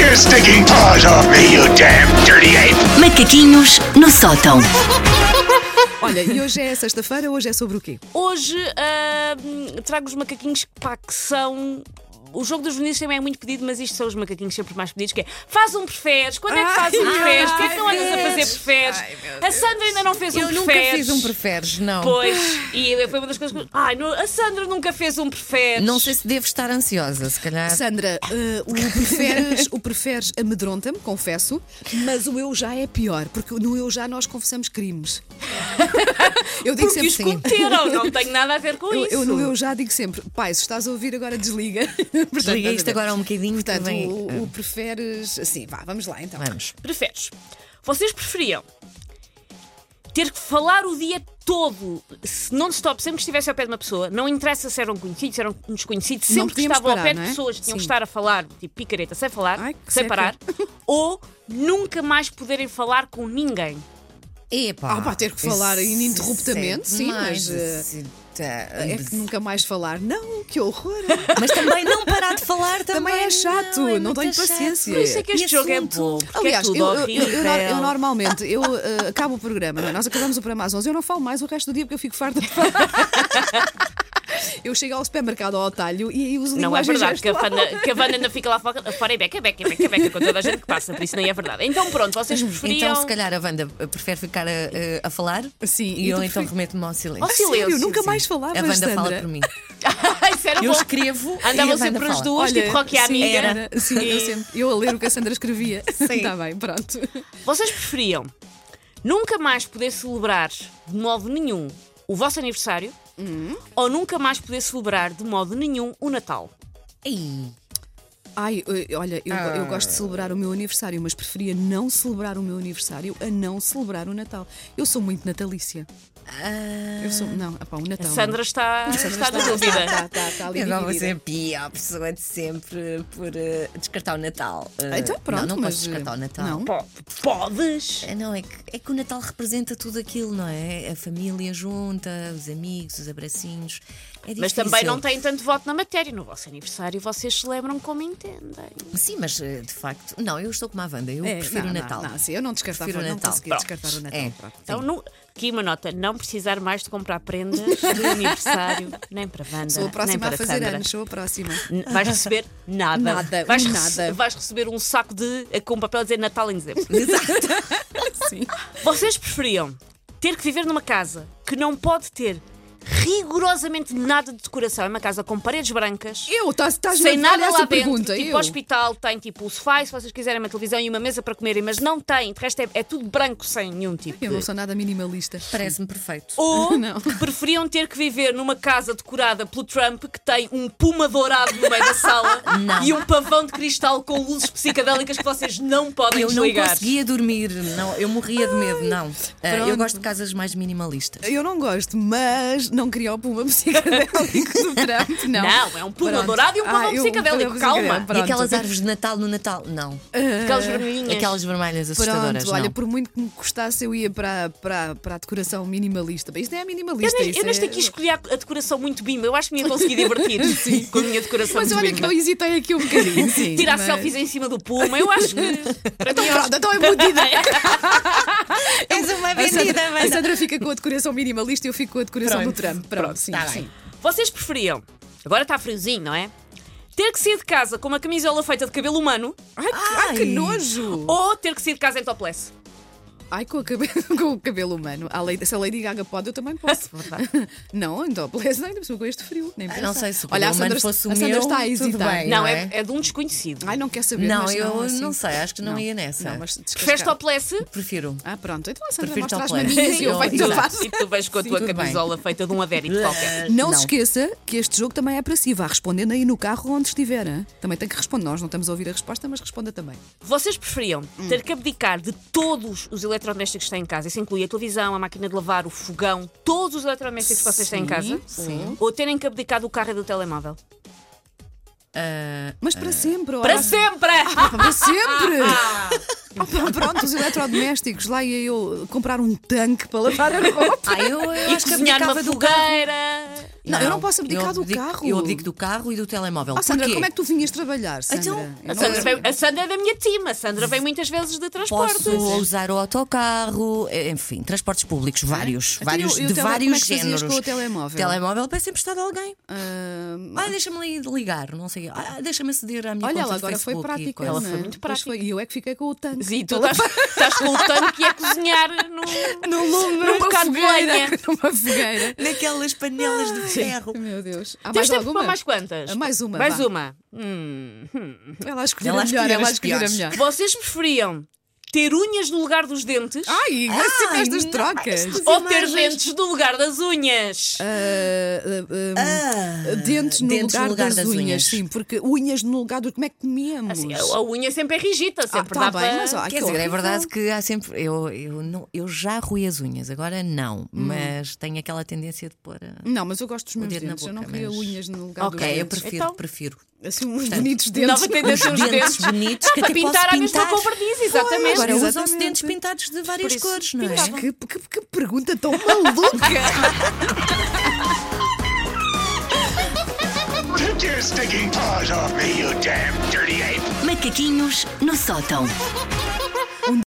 your stinking paws off me, you damn dirty ape! Macaquinhos no sótão. Olha, e hoje é sexta-feira, hoje é sobre o quê? Hoje ah, trago os macaquinhos pá, que são. O jogo dos meninos também é muito pedido, mas isto são os macaquinhos sempre mais pedidos, que é faz um preferes, quando é que faz um Ai, preferes, porquê é que não ai, andas a fazer Deus. preferes? Ai, meu a Sandra ainda não fez Eu um nunca preferes. fiz um preferes, não. Pois, e foi uma das coisas que. Ai, não- a Sandra nunca fez um preferes. Não sei se devo estar ansiosa, se calhar. Sandra, eh, o preferes, o preferes amedronta-me, confesso, mas o eu já é pior, porque no eu já nós confessamos crimes. Eu digo porque os assim. sempre sim. cometeram, não tenho nada a ver com Eu, isso. eu no eu já digo sempre, pai, se estás a ouvir agora desliga. Portanto, Desliga nada a isto ver. agora um bocadinho Portanto, também. o, o preferes. Assim, vá, vamos lá então. Vamos. Preferes? Vocês preferiam ter que falar o dia todo, se non-stop, sempre que estivesse ao pé de uma pessoa, não interessa se eram conhecidos, se eram desconhecidos, Não sempre que podíamos estavam ao parar, pé não de é? pessoas, tinham que Sim. estar a falar, tipo picareta, sem falar, Ai, que sem seca. parar, ou nunca mais poderem falar com ninguém. Epá. Ah, pá, ter que falar ininterruptamente, sim, mas, eh, tá, É que nunca mais falar. Não, que horror! Mas também não parar de falar também. Também é chato, é não muito tenho chato. paciência. Por isso é que E este jogo é assunto? bom, porque Aliás, é eu, eu, tudo eu- horrível. eu nor- eu normalmente eu, eh, acabo o programa, não é? nós acabamos o programa às 11, eu não falo mais o resto do dia porque eu fico farta de falar. Eu chego ao supermercado ao atalho e aí uso Não é linguagem verdade que a, gestual. Vanda, que a Wanda ainda fica lá fora fora e beca, beca, beca, beca com toda a gente que passa, por isso nem é verdade. Então pronto, vocês preferiam. Então, se calhar a Wanda eh, prefere ficar a, eh, a falar Sim, e e eu tu então prefere- remeto-me ao silêncio. Ao Sim, silêncio, Sério, nunca sim. mais falavas, A Wanda fala Sandra? por mim. isso era Eu bom. escrevo e a Andavam Wanda sempre as fala. duas, tipo Rocky e a sim, amiga. era. Sim, eu, sempre, eu a ler o que a Sandra escrevia. Está bem, pronto. Vocês preferiam nunca mais poder celebrar de modo nenhum o vosso aniversário ou nunca mais poder celebrar de modo nenhum o Natal? Ei, Ai, eh, olha, eu, Ah. eu gosto de celebrar o meu aniversário, mas preferia não celebrar o meu aniversário a não celebrar o Natal. Eu sou muito natalícia. Eu sou. Não, epá, o Natal. não. Ah. Sandra está, está Hum. na Está, dúvida. está, está, está tá ali eu não vou dividida. ser a pior pessoa de sempre por eh, descartar o Natal. Ah, Eh, Então pronto, Não, não mas, posso descartar o eh, Natal. não. Po- Podes! É, Não, é que, é que o Natal representa tudo aquilo, não é? A família junta, os amigos, os abracinhos. É Mas difícil. também não têm tanto voto na matéria. No vosso aniversário vocês celebram como entendem. Sim, mas eh, de facto. Não, eu estou como a Wanda, eu É, prefiro não, o não, Natal. Não, sim, eu não descartava, Prefiro o não Natal. conseguia Pronto. descartar o Natal. É. pronto. Então, nu- aqui uma nota: não precisar mais de comprar prendas de aniversário, nem para Wanda, Sou a nem próxima para a fazer Sandra. anos, sou a próxima. N- Vais receber nada. Nada, vais nada. rece- vais receber um saco de com papel a dizer Natal em dezembro. Sim. Vocês preferiam ter que viver numa casa que não pode ter rigorosamente nada de decoração? É uma casa com paredes brancas. Eu, estás estás-me Sem a dar nada lá essa dentro, pergunta. tipo eu. hospital, tem tipo o sofá, e se vocês quiserem uma televisão e uma mesa para comerem, mas não tem, de resto é, é tudo branco sem nenhum tipo. eu não sou nada minimalista. Parece-me perfeito. Ou Não. que preferiam ter que viver numa casa decorada pelo Trump que tem um puma dourado no meio da sala Não. e um pavão de cristal com luzes psicadélicas que vocês não podem Eu não desligar. conseguia dormir, não, eu morria de medo, não. Eh, eu pronto. gosto de casas mais minimalistas. Eu não gosto, mas não queria o puma psicadélico do Trump, não. Não, é um puma Pronto. dourado e um pavão Ah, eu- um psicadélico, pavão calma. psicadélico, E pronto. aquelas árvores de Natal no Natal, não. Aquelas vermelhinhas. Aquelas vermelhas assustadoras. Pronto, olha, não. por muito que me custasse, eu ia para, para, para a decoração minimalista. Bem, Isto não é Eu minimalista. nem- isto eu neste é- aqui escolhi a, a decoração muito bimba. Eu acho que me ia conseguir divertir com a minha decoração Mas muito olha bimba. que eu hesitei aqui um bocadinho. Sim, Tirar mas... selfies em cima do puma, eu acho que. Para mim, eu acho Pronto, então é muito ideia. És uma A Sandra, a Wanda. Sandra fica com a decoração minimalista e eu fico com a decoração do Trump. Pronto, sim. tá bem. sim. Vocês preferiam, agora está friozinho, não é? Ter que sair de casa com uma camisola feita de cabelo humano Ai, que, ai, Ah, que nojo! Oh. ou ter que sair de casa em topless? Ai, com, a cabe- com o cabelo humano. A Lady- se a Lady Gaga pode, eu também posso. não, então, beleza, não, ainda por cima com este frio. Nem Ah, Não pensar. sei se o Olha, a cabelo Sandra, humano fosse o a Sandra meu, está a tudo hesitar. bem. Não, não é, é? é de um desconhecido. Ai, não quer saber. Não, mas eu assim. não sei, acho que não, ia nessa. Não, mas Preferes descascar. topless? Prefiro. Ah, pronto. Então a Sandra Prefiro mostra as topless. maminhas e eu Eu- venho Exato. tapar. E tu vais com a Sim, tua tudo bem. camisola feita de um adérito qualquer. Não, Não. se esqueça que este jogo também é para si. Vá respondendo aí no carro onde estiver. hã? Também tem que responder. Nós não estamos a ouvir a resposta, mas responda também. Vocês preferiam Hum. ter que abdicar de todos os eletrodomésticos que têm em casa? Isso inclui a televisão, a máquina de lavar, o fogão, todos os eletrodomésticos que vocês têm em casa? sim. Ou terem que abdicar do carro e do telemóvel? Mas É. para sempre. ora. Para sempre! Para sempre! Ah, Opa, pronto, os eletrodomésticos. Lá ia eu comprar um tanque para lavar a roupa. Ah, eu, eu E acho que cozinhar uma abdicava do carro. fogueira! Não, eu não posso abdicar do abdico- carro. Eu abdico do carro e do telemóvel. Oh, Sandra, Porquê? como é que tu vinhas trabalhar, Sandra? Então, Eu A não Sandra, sei. vem- a Sandra é da minha tima. A Sandra vem muitas vezes de transportes. Posso usar o autocarro, eh, enfim, transportes públicos, vários, Então, vários e o de tele- vários como é que fazias géneros. com o telemóvel? Telemóvel para sempre estar de alguém. Ah, Ah, deixa-me ali ligar, não sei. Ah, deixa-me aceder à minha olha, conta ela de agora foi Facebook e prática. coisa. Ela não é? foi muito Pois foi. E eu é que fiquei com o tanque. E tu Toda- estás, estás com o tanque a cozinhar no, no lume, um num bocado de lenha. Numa fogueira. Naquelas panelas de ferro. Meu Deus. Há mais Tens tempo alguma? para mais quantas? Ah, mais uma, Mais vá. uma. Hum, hum. Ela escolheu Ela a melhor, escolheu ela as escolheu a piores. melhor. Vocês preferiam ter unhas no lugar dos dentes Ai, assim Ai, estas não, trocas. estas ou ter imagens. dentes no lugar das unhas? Ah, ah, ah, dentes no dentes lugar, das, unhas. sim, porque unhas no lugar do. Como é que comíamos? Assim, a a unha sempre é rigita, Ah, sempre tá dá bem, para. mas ó, ai, Quer que dizer, é horrível. verdade que há sempre. Eu, eu, não, eu já roí as unhas, agora não, Hum. mas tenho aquela tendência de pôr. a- Não, mas eu gosto dos meus dedo na dentes. eu não boca, queria mas- unhas no lugar Ok, dos Ok, eu dentes. prefiro, Então- prefiro. Assim, uns bonitos dentes. Nova tendência, os dentes. Dentes bonitos Dá que para até posso pintar à mesma pintar. cor verniz, exatamente. Agora Exatamente. usam-se dentes pintados de várias Por isso, cores, não é? pintava. Mas que, que, que pergunta tão maluca! Take your stinking paws off me, you damn dirty ape! Macaquinhos no sótão.